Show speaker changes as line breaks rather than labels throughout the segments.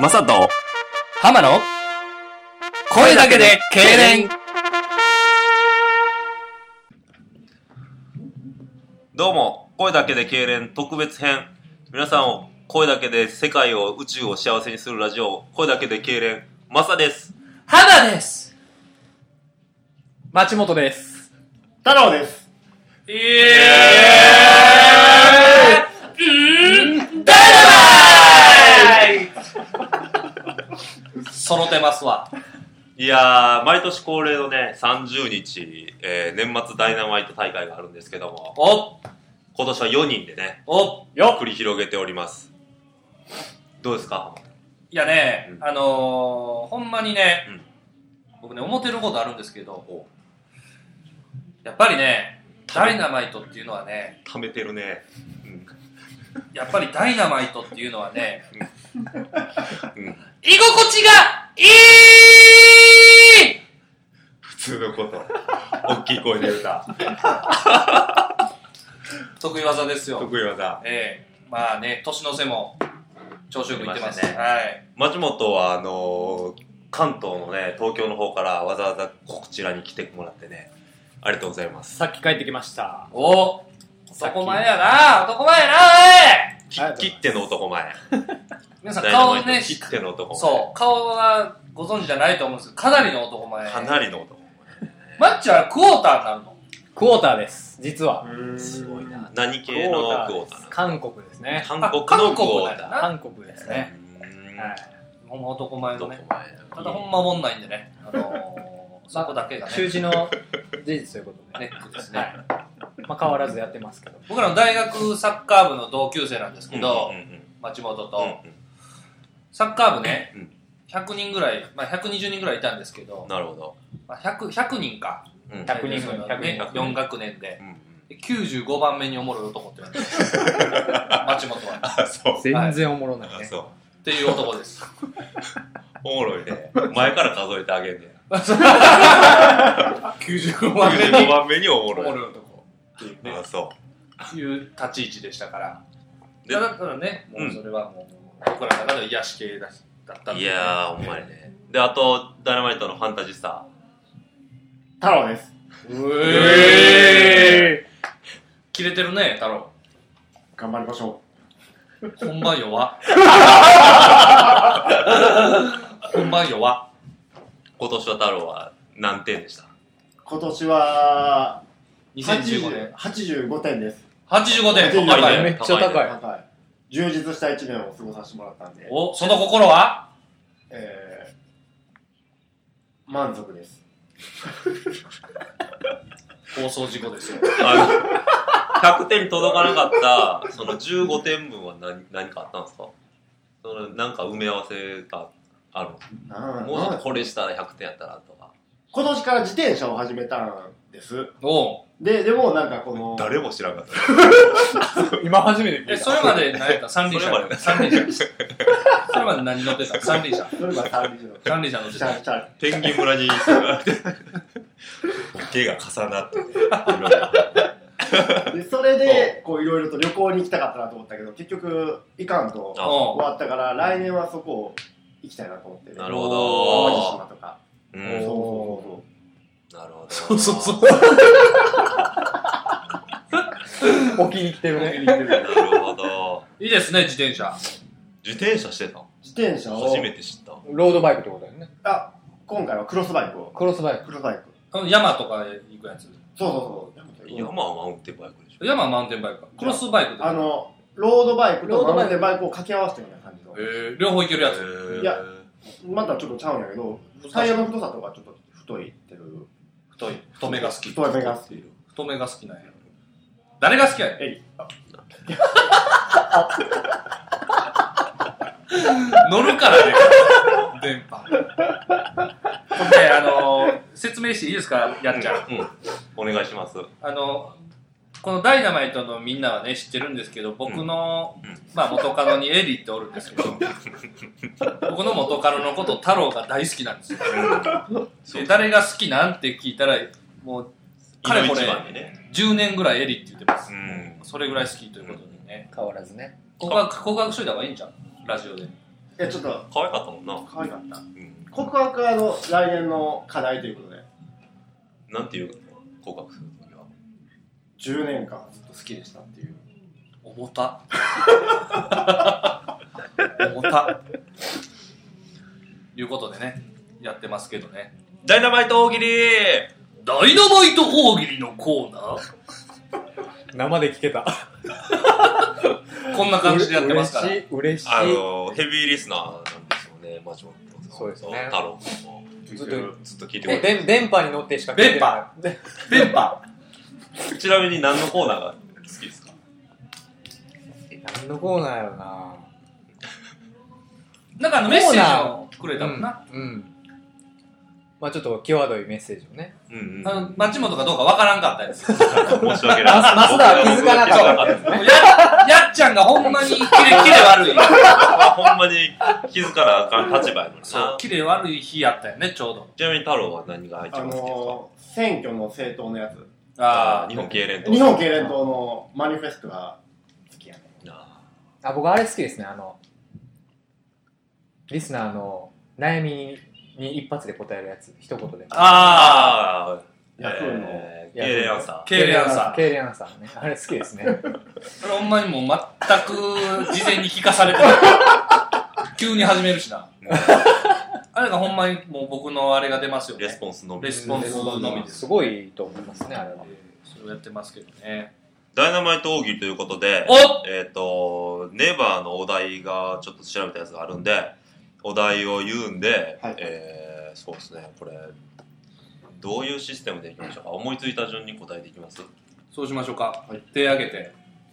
マサと、
浜野声だけで痙攣
どうも、声だけで痙攣特別編。皆さんを声だけで世界を宇宙を幸せにするラジオ、声だけで痙攣マサです。
浜です町本です
太郎です。
イエーイダイナマイト揃ってますわ。
いやー、毎年恒例のね、30日、えー、年末ダイナマイト大会があるんですけども、
お
今年は4人でね、
お
よ
繰り広げております。どうですか
いやね
う、ん
あのー、ほんまにね、
うん
僕ね、思ってることあるんですけど、
お
やっぱりね、ダイナマイトっていうのはね、
溜めてるね。うん
やっぱりダイナマイトっていうのはね、
うんうん
居心地がいい
普通のこと。大きい声で歌。
得意技ですよ。
得意技。
ええまあね、年の瀬も調子よくいってます。
出ました
はい。
町本は、あのー関東のね、東京の方からわざわざこちらに来てもらってね、ありがとうございます。
さっき帰ってきました。
お
さっき
男前やな男前やなおい
き切っての男前。
皆さん
ダイナ
顔
マイト
ね、
切っての男前。
そう、顔はご存知じゃないと思うんですけど、かなりの男前。
かなりの男
マッチはクォーターになるの
クォーターです、実は。
前。すごいな。何系のクォータ
です
ー
韓国ですね。
なの
あ
韓国の
韓
ク
国
ォ
なん
ー
だ
タ
韓国です
ー。
ね。
うーん
はい。
ほんま男前の
男
ね
前。。
ただほんまもんないんでね、あ のー、そこだけがね、
習字の事実ということで
ネ
ね。
ックですね。
はい。まあ変わらずやってますけど。
僕らの大学サッカー部の同級生なんですけど
うん、うんうん
町本
うん
と、サッカー部ね
うん、
100人ぐらい、まあ120人ぐらいいたんですけ
う
ど
ん、なるほど。
まあ100、100人か。
うん
100人ぐらい
ね
100人
4学年で
う。んうん
で95番目におもろい男って言われ てます。町本は。
あ、そう。
全然おもろない
あ、
ね。
そう。
っていう男 です。
おもろいね。前から数えてあげんねや。
95番目
95
に
番目におも
お
ろ
も
い。
ろい男っていうね
あ、、そ
いう立ち位置でしたから。
う。で
だからね、もうそれはもう、僕らの中では癒し系だしだったんで。
いやー、ほんまにね。で、あと、ダイナマイトのファンタジスタ。
太郎です。
うえー。
え
切れてるね、太郎。
頑張りましょ
本番弱。本番弱。
今年は太郎は何点でした
う。今年は、
2015年。
85点です。
85点。
85
高い
ね
めっちゃ高い。
はい、充実した1年を過ごさせてもらったんで、
お、その心は
えー、満足です。
放送事故ですよ。
あの、100点届かなかった、その15点分は何何かあったんですかその、なんか埋め合わせがある
な
の
ん
もうちょ
な
っ
ん
とこれしたら100点やったらとか。
今年から自転車を始めたんです。
おう
で、でもなんかこの、
誰も知らんかった。
今初めて
え、それまで何やった三輪
それま
車。
で
三輪車。それまで何乗ってた三輪車。
それが単純のシ
三輪車乗ってた
ャ。ンシャン。
ペンギン村に住まれて、ボケが重なってね、いろいろ
で、それで、こういろいろと旅行に行きたかったなと思ったけど、結局、いかんと
おう
終わったから、来年はそこを行きたいなと思って、ね、
なるほ
淡路
ど。
島とか。
うん、
そう
な
そう
るほど。
そう
お
そ
そうそう。
置きに来てるね。
なるほど。
いいですね、自転車。
自転車してた
うそう。自転車を、
初めて知った。
ロードバイクってことだよね。
あ、今回はクロスバイクを。
クロスバイク。
クロスバイク。
あの山とかへ行くやつ。
そうそうそう。
山はマウンテンバイクでしょ。
山はマウンテンバイクか。クロスバイクで。
あの、ロードバイク
ロー
と
ドバイク
マウンテンバイクを掛け合わせたような感じの
え。ー両方行けるやつ。
つ
いやまたちょっとちゃうんやけど、タイヤの太さとかちょっと太いってる。
太い。太めが好き。
太めが好き。
太めが好きなんや。誰が好きやねん。
えい。
乗るからね、電波。ほんで、あの、説明していいですか、やっちゃん。
うん、お願いします。
あの、このダイナマイトのみんなはね、知ってるんですけど、僕の、
うん
まあ、元カノにエリーっておるんですけど、僕の元カノのこと、太郎が大好きなんですよ。
そう
で誰が好きなんって聞いたら、もう、かれこれ
一番でね。
10年ぐらいエリーって言ってます
う。ん。
それぐらい好きということでね。
変わらずね。
告白、告白しといた方がいいんじゃんラジオで。
やちょっと
可愛かったもんな。
可愛かった
うん。
告白はあの来年の課題ということで
なんていうの告白するときは。
10年間ずっと好きでしたっていう
重た重たいうことでねやってますけどね
ダイナマイト大喜利
ダイナマイト大喜利のコーナー
生で聞 けた。
こんな感じでやってますから
嬉しい、嬉しい。
あの、ヘビーリスナーなんですよね、マジョンさん
そうですね
太郎君も。
ずっと
ずっと聞いてもらって
で電波に乗ってしか聞いてない。電
電波
ます。ちなみに何のコーナーが好きですか
何のコーナーやろな
なんかあのメッセージをくれたもんな、
うん。うんまあちょっと際どいメッセージをね。
うんうん。
あの町本かどうかわからんかった やつや
申し訳ない。
マスマスダは気づかなかったですね。
やっちゃんがほん まにキレキレ悪い
あほんまに気づかなあかん立場やもんな。ち
そう
な
キレ悪い日やったよねちょうど
みに太郎は何が一
あ
番好きですか、
のー、選挙の政党のやつ
あ
あ
ー
あ
日本経連と。
日本経連党のマニフェストが好きやね
あ
あ、僕あれ好きですね。あの、リスナーの悩みに一発で答えるやつ。一言で。
あ
あー。
ヤフーの、
えー、経連アンサ
ー経理アンサー
ケイレアンサーね。あれ好きですね。
それほんまにもう全く事前に聞かされてない急に始めるしなあれがほんまにもう僕のあれが出ますよ
ー。
ね
レスポンスのみ
レ。スポンスのみです
すごいと思いますね、あれは。
それをやってますけどね
ダイナマイト奥義ということで、
お
えっ、と、ネバーのお題がちょっと調べたやつがあるんで、お題を言うんで、
はい
えー、そうですね、これ、どういうシステムでいきましょうか思いついた順に答えていきます
そうしましょうか、
はい
手挙げて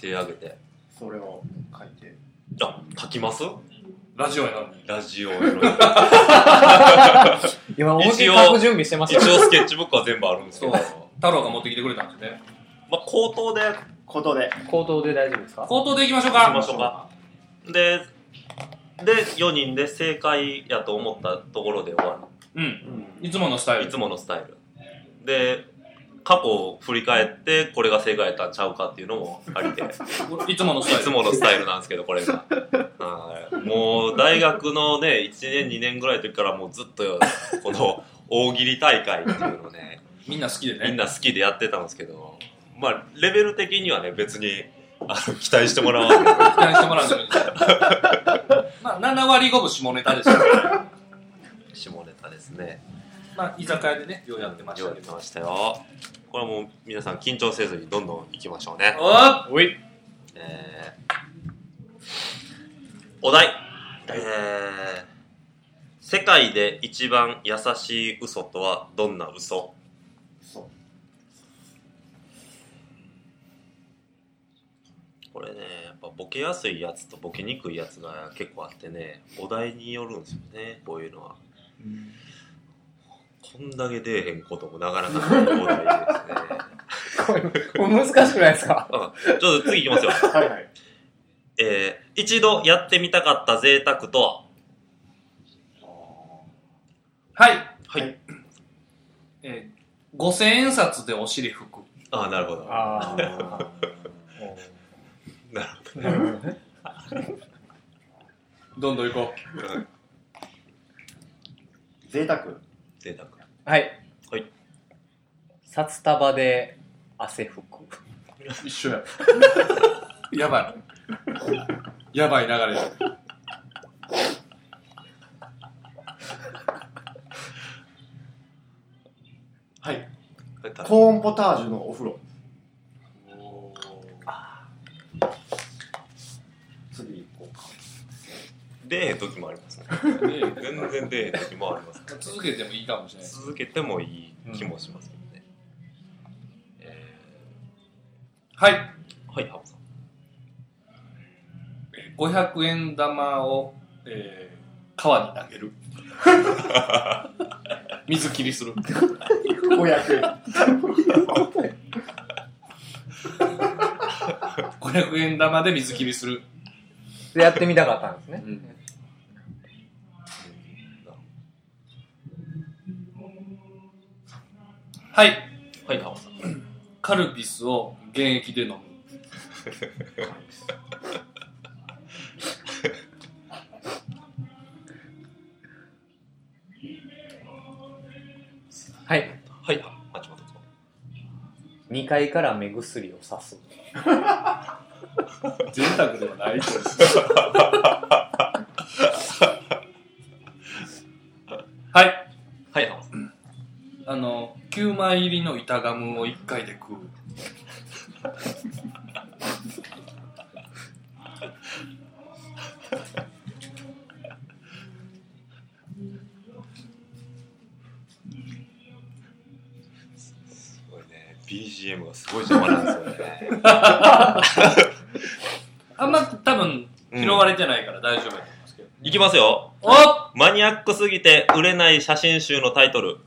手挙げて。
それを書いて
あ、書きます
ラジオやのに
ラジオ用に
今、思いっきり
一応
書く準備してます
一
よ。
応スケッチブックは全部あるんですけど、
そう太郎が持ってきてくれたんでね
まあ、口頭で行
ことで
口頭で大丈夫ですか
口頭でいきましょう
き
か
ましょうか。で、で、4人で正解やと思ったところで終わ
うん
うん
いつものスタイ
る。い
ル
つものスタイル。で、過去を振り返って、これが正解やったんちゃうかっていうのもありて、い
いつものスタイル
つものスタイルなんですけど、これが。はいもう、大学のね、1年、2年ぐらいの時からもうずっと、この大喜利大会っていうのをね、
みんな好きで
みん
ね
な好きでやってたんですけど、まあ、レベル的にはね、別に、あの、期待してもらわな
期待してもらうんで まあ7割5分下ネ タですよ
下ネタですね。
まあ居酒屋でねようやってまし
よ
た
う
け
やって
ど
ましたよ。これはもう皆さん緊張せずにどんどん行きましょうね。
おっ
おい。
えーお題。えー世界で一番優しい嘘とはどんな嘘
そう
これね、やっぱボケやすいやつとボケにくいやつが結構あってね、お題によるんですよね、こういうのは。こんだけ出えへんこともなかなかないお題ですね。
これ、これ難しくないですか
うんちょっと次行きますよ。
はいはい
えー一度やってみたかった贅沢とは
はい、
はい
えー、五千円札でお尻拭く
ああ、なるほど。
あ
なるほ
あ。なるほどね。
どんどん行こう
どうん。
贅沢
贅沢。
はい。
はい。
札束で汗拭く。
一緒や やばいやばい流れ
はい
これた
コーンポタージュのお風呂次行こうか
出えへん時もありますね。全然出えへん時もありますね。
続けてもいいかもしれない
続けてもいい気もしますけどね。え
はい
ーはい、ハモさん。
500円玉を、えー、川に投 げる水切りする
500円
500円玉で水切りする
で、やってみたかったんですね。
はい
はい、ハモさん。
カルピスを現役で飲む
はい。
はい、あ松本さん。
2階から目薬をさす。
贅沢で はないとはい
はい、あ
あの9枚入りの板ガムを1回で食う
すごいね。BGM がすごい邪魔なんですよね。
あんま多分
うん
拾われてないから大丈夫だと思いますけど、
いきますよ。
おっ
マニアックすぎて売れない写真集のタイトル。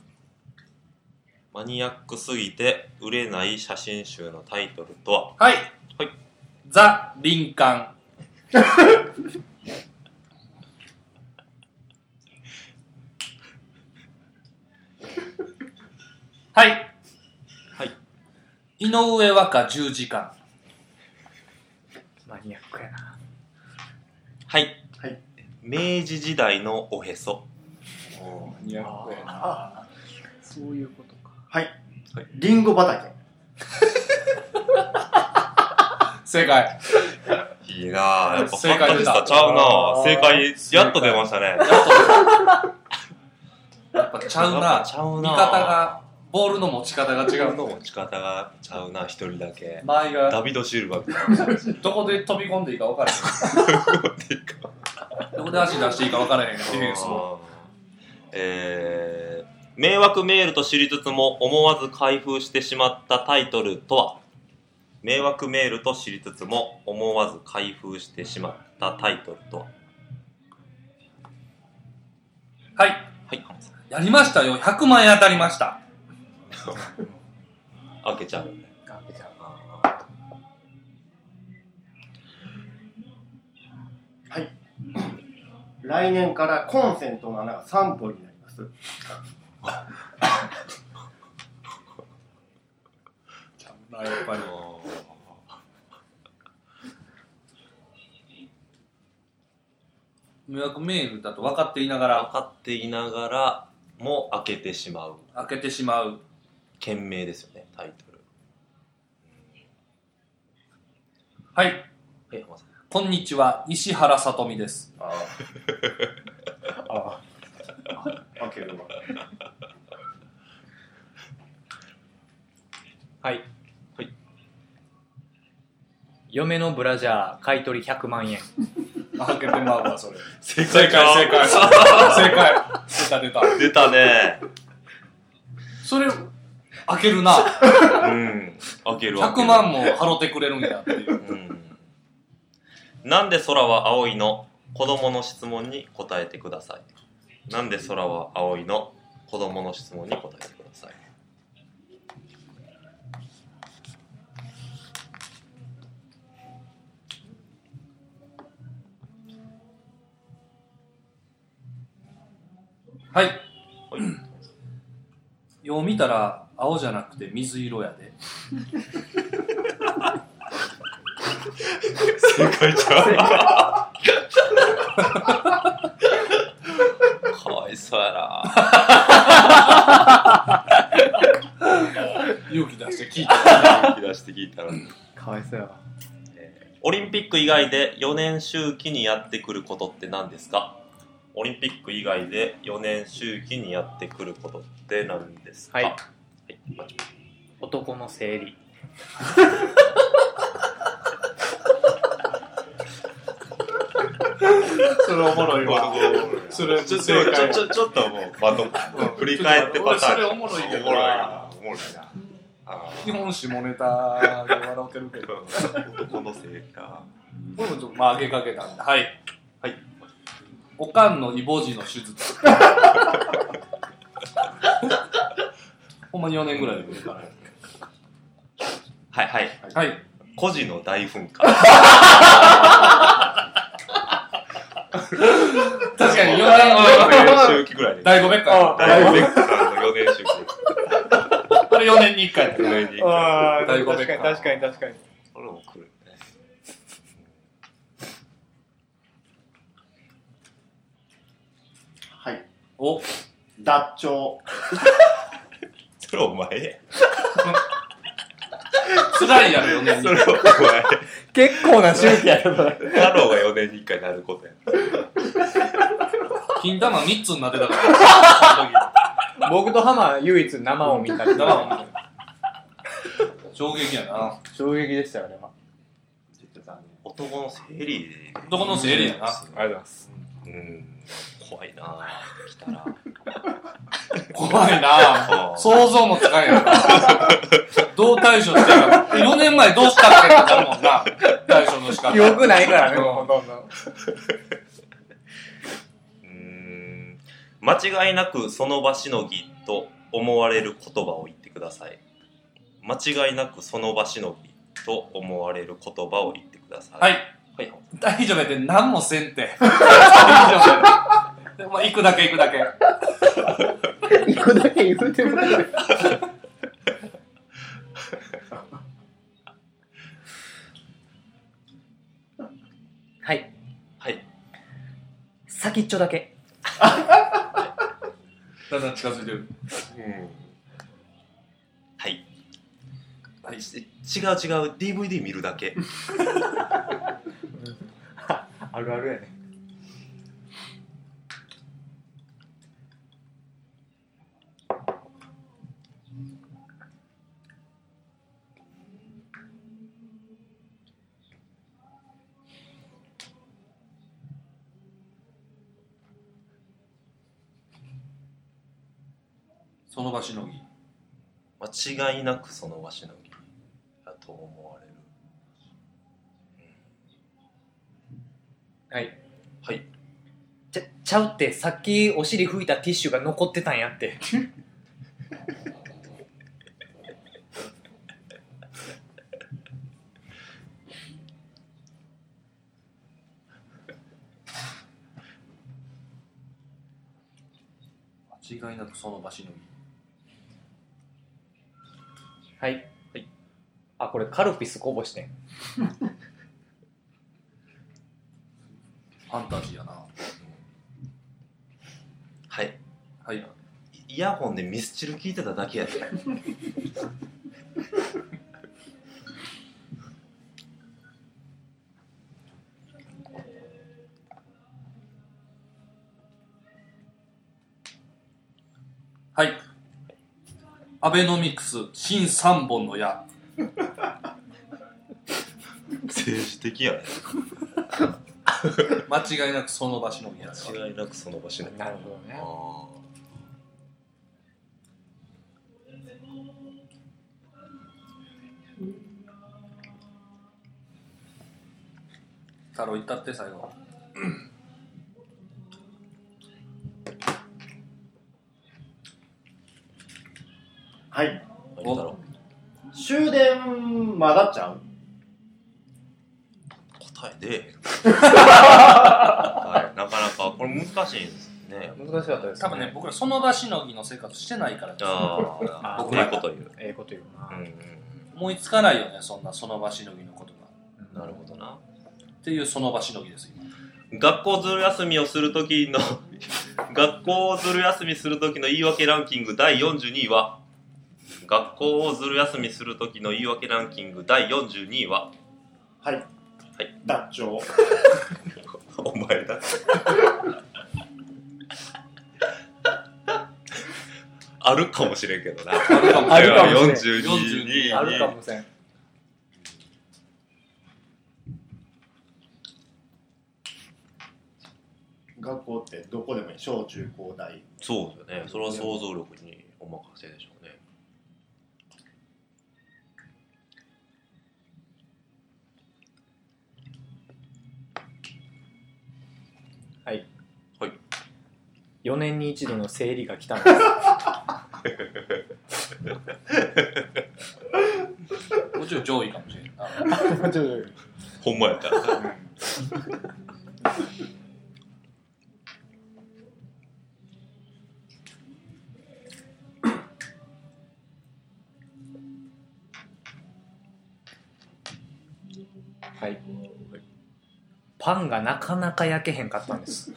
マニアックすぎて売れない写真集のタイトルとは
はい、
はい、
ザ・林 間はい
はい
井上和歌10時間
マニアックやな。
はい。
はい
明治時代のおへそ。
いや
あ
そういうことか。
はい、
はい
リンゴ畑
正解
いいなぁ。やっぱ
正解出た
作家でちゃうなぁ。正解、
正解
やっと出ましたね。
やっぱちゃう
やっ
な
ぱちゃう
見
な
方
ぁ。
がボールの持ち方が違う
の持ち方がちゃうな、一人だけ。
間合いが
ダビド・シルバーみたいな。
どこで飛び込んでいいか分から へんどこで足出していいか分からへんディフェンスも
えー、迷惑メールと知りつつも思わず開封してしまったタイトルとは迷惑メールと知りつつも思わず開封してしまったタイトルとは
はい
はい、浜田さん
やりましたよ100万円当たりました
開けちゃう。
あじゃあ
来年からコンセントの穴が3本になります
やっぱり迷惑メールだと分かっていなが
分
ら
かっていながらも開けてしまう。
開けてしまう
賢明ですよね、タイトル。
はい
はい、浜田さん。
こんにちは石原さとみです
あ
あ
あ開けるわ
はい
嫁のブラジャー、買い取り100万円。
開けてまうわそれ
正
正解正解 正解出た出た
出たね。
それ開けるな
うん。開ける開け
100
る
万も払ってくれるんやっていう
うんなんで空は青いの子供の質問に答えてください。なんで空は青いの子供の質問に答えてください。
はい
はい
よう見たら青じゃなくて水色やで
正解ちゃう。かわいそうやな。
勇気出して聞いた
引き出して聞いたら。
かわいそうやわ。
オリンピック以外で4年周期にやってくることって何ですかオリンピック以外で4年周期にやってくることって何ですか
はい
はいまじ
男の生理。
それおもろいわ
ち
それ
ょちょちょちょっともう、まと振り返ってパターン。
俺それおもろいけどな
おもろいな。あ
基本下ネタで笑ってるけど
ー男のせいか。
これもちょっとまあ上げかけたんではい
はい。
おかんのイボ痔の手術ほんまに4年ぐらいで来るから
はいはい。
はい
孤児の大噴火。
確かに4年
4年周期ぐらいで。
第5ベッカ
大噴火の4年周期。
これ4年に1回
4年に一回。
ー第五ベッカ確か
に確かに。
これも来るね。
はい
お
ダッチョウ
それお前
辛いやろ、4年
や。そ
に。
れお前。
結構な周期やろ、そ れ。
太郎が4年に1回なることや。
金玉3つになってたから、
僕とハマ唯一生を見
そ
た
の時。
け
だから
ど、
本当に衝撃やな。
衝撃でしたよね、ま
男の生理で。
男の生理やな
あ。ありがとうございます。
うん。怖いな来たら。
怖いな
あー
想像もつかんやろ。どう対処してるか。4年前どうしたっけってなるもんな。対処の仕方。
記憶ないからね、 もうほとんど。
うーん。間違いなくその場しのぎと思われる言葉を言ってください。間違いなくその場しのぎと思われる言葉を言ってください。
はい。
はい。
大丈夫やって、何もせん て。大丈夫やまあ、行くだけ行くだけ。
行くだけ言うてもらう。はい。
はい。
先っちょだけ。
だんだん近づいてる。
はい。
はい
し違う違う、DVD 見るだけ。
あるあるやね。
その場しのぎ。
間違いなくその場しのぎだと思われる。
はい。
はい。
ちゃ、ちゃうって、さっきお尻拭いたティッシュが残ってたんやって。
間違いなくその場しのぎ。
はい。はい。あ、これカルピスこぼしてん。
ファンタジーやな。
はい。
はい。
イヤホンでミスチル聞いてただけやで。
はい。アベノミクス、新三本の矢。
政治的やね。
間違いなくその場しのぎやな。
間違いなくその場しのぎ。
なるほどね。
あ
太郎行ったって最後。
はい。
ー何だろう。
終電、まだちゃう
答えで。 はい。なかなか、これ難しいですね。
難しかったです、
多分ね、僕らその場しのぎの生活してないからです
ああ、
あー
僕のこと言う。
ええこと言う
う
な。
んうん
思いつかないよね、そんなその場しのぎの言葉。
うん。なるほどな。
っていうその場しのぎです、今。
学校ずる休みをするときの 学校をずる休みするときの言い訳ランキング第42位は学校をずる休みするときの言い訳ランキング第42位は。
はい。はい脱腸。
お前だあるかもしれんけどな
あるかも
あるかもしれん
42位
あるかもせん。
学校ってどこでもいい。小中高大。
そうだよねそれは想像力にお任せでしょうね
はい。
はい。
4年に一度の生理が来た んです。
もちろん上位かもしれんな。
ちょっと
ほんまやったらな
はい。パンがなかなか焼けへんかったんです。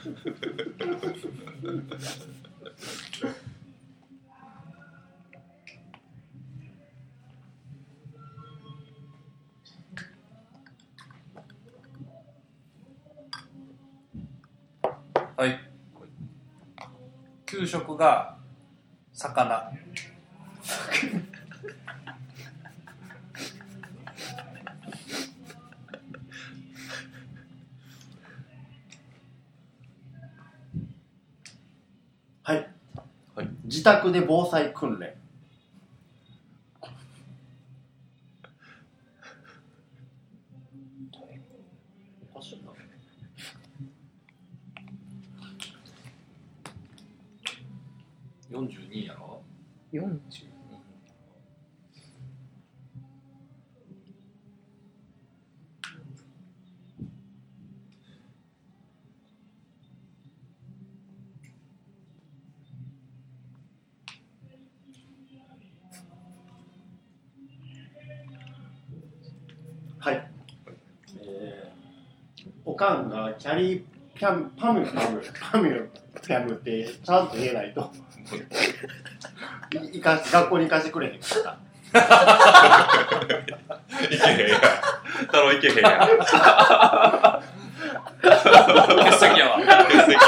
はい。給食が魚。
はい、
はい
自宅で防災訓練
おかしいな
42やろ
42
はい、えー、おかんがキャリーピャンパムパムパムパムってちゃんと言えないといいか学校に行かせてくれへんかった
いけへんやん。太郎いけへんやん。
欠席やわ。
欠席や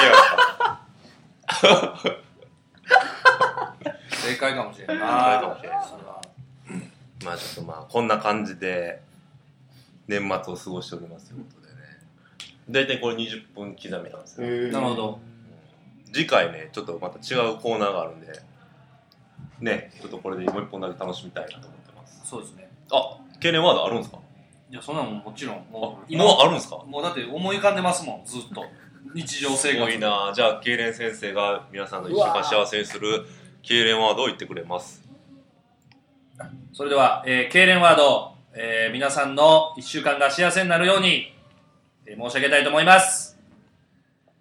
正
正
解かもしれん
解か
な
もしれんん。 まあちょっとまあ、こんな感じで、年末を過ごしておりますということでね。大体これ20分刻みなんですよ。
なるほど。
次回ね、ちょっとまた違うコーナーがあるんで、ね、ちょっとこれでもう一本だけ楽しみたいなと思ってます。
そうですね。
あ、懸念ワードあるんですか
いや、そんなもんもちろん。
あ、
も
も
う
う
今
あるんですか
もうだって思い浮かんでますもん、ずっと。日常
す
生
ご
活。
いなじゃあ、けいれん先生が皆さんの一週間幸せにするけいれんワードを言ってくれます。
それでは、えー、けいれんワード、えー皆さんの一週間が幸せになるように、えー申し上げたいと思います。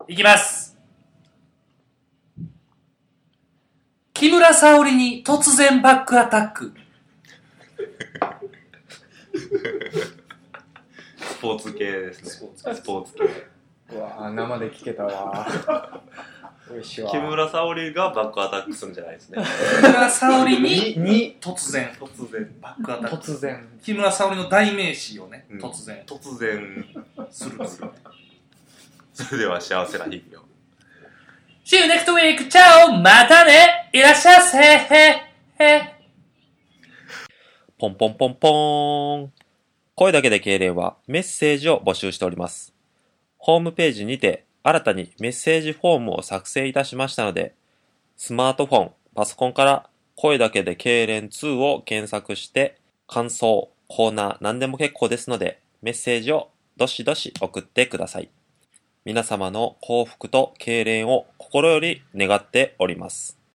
いきます。木村沙織に突然バックアタック。
スポーツ系ですね。
ポーツ
スポーツ系。
うわあ生で聞けたわ美味しいわ
木村沙織がバックアタックするんじゃないですね。
木村沙織に
に
突然
突然。
バックアタック。
突然
木村沙織の代名詞をね
う、ん
突然
突然。
するんですよ。
それでは幸せな日々を。
See you next week! チャオまたねいらっしゃいせへへ
ポンポンポンポーン。声だけで敬礼はメッセージを募集しております。ホームページにて新たにメッセージフォームを作成いたしましたので、スマートフォン、パソコンから声だけで敬礼2を検索して、感想、コーナー、何でも結構ですので、メッセージをどしどし送ってください。皆様の幸福と敬礼を心より願っております。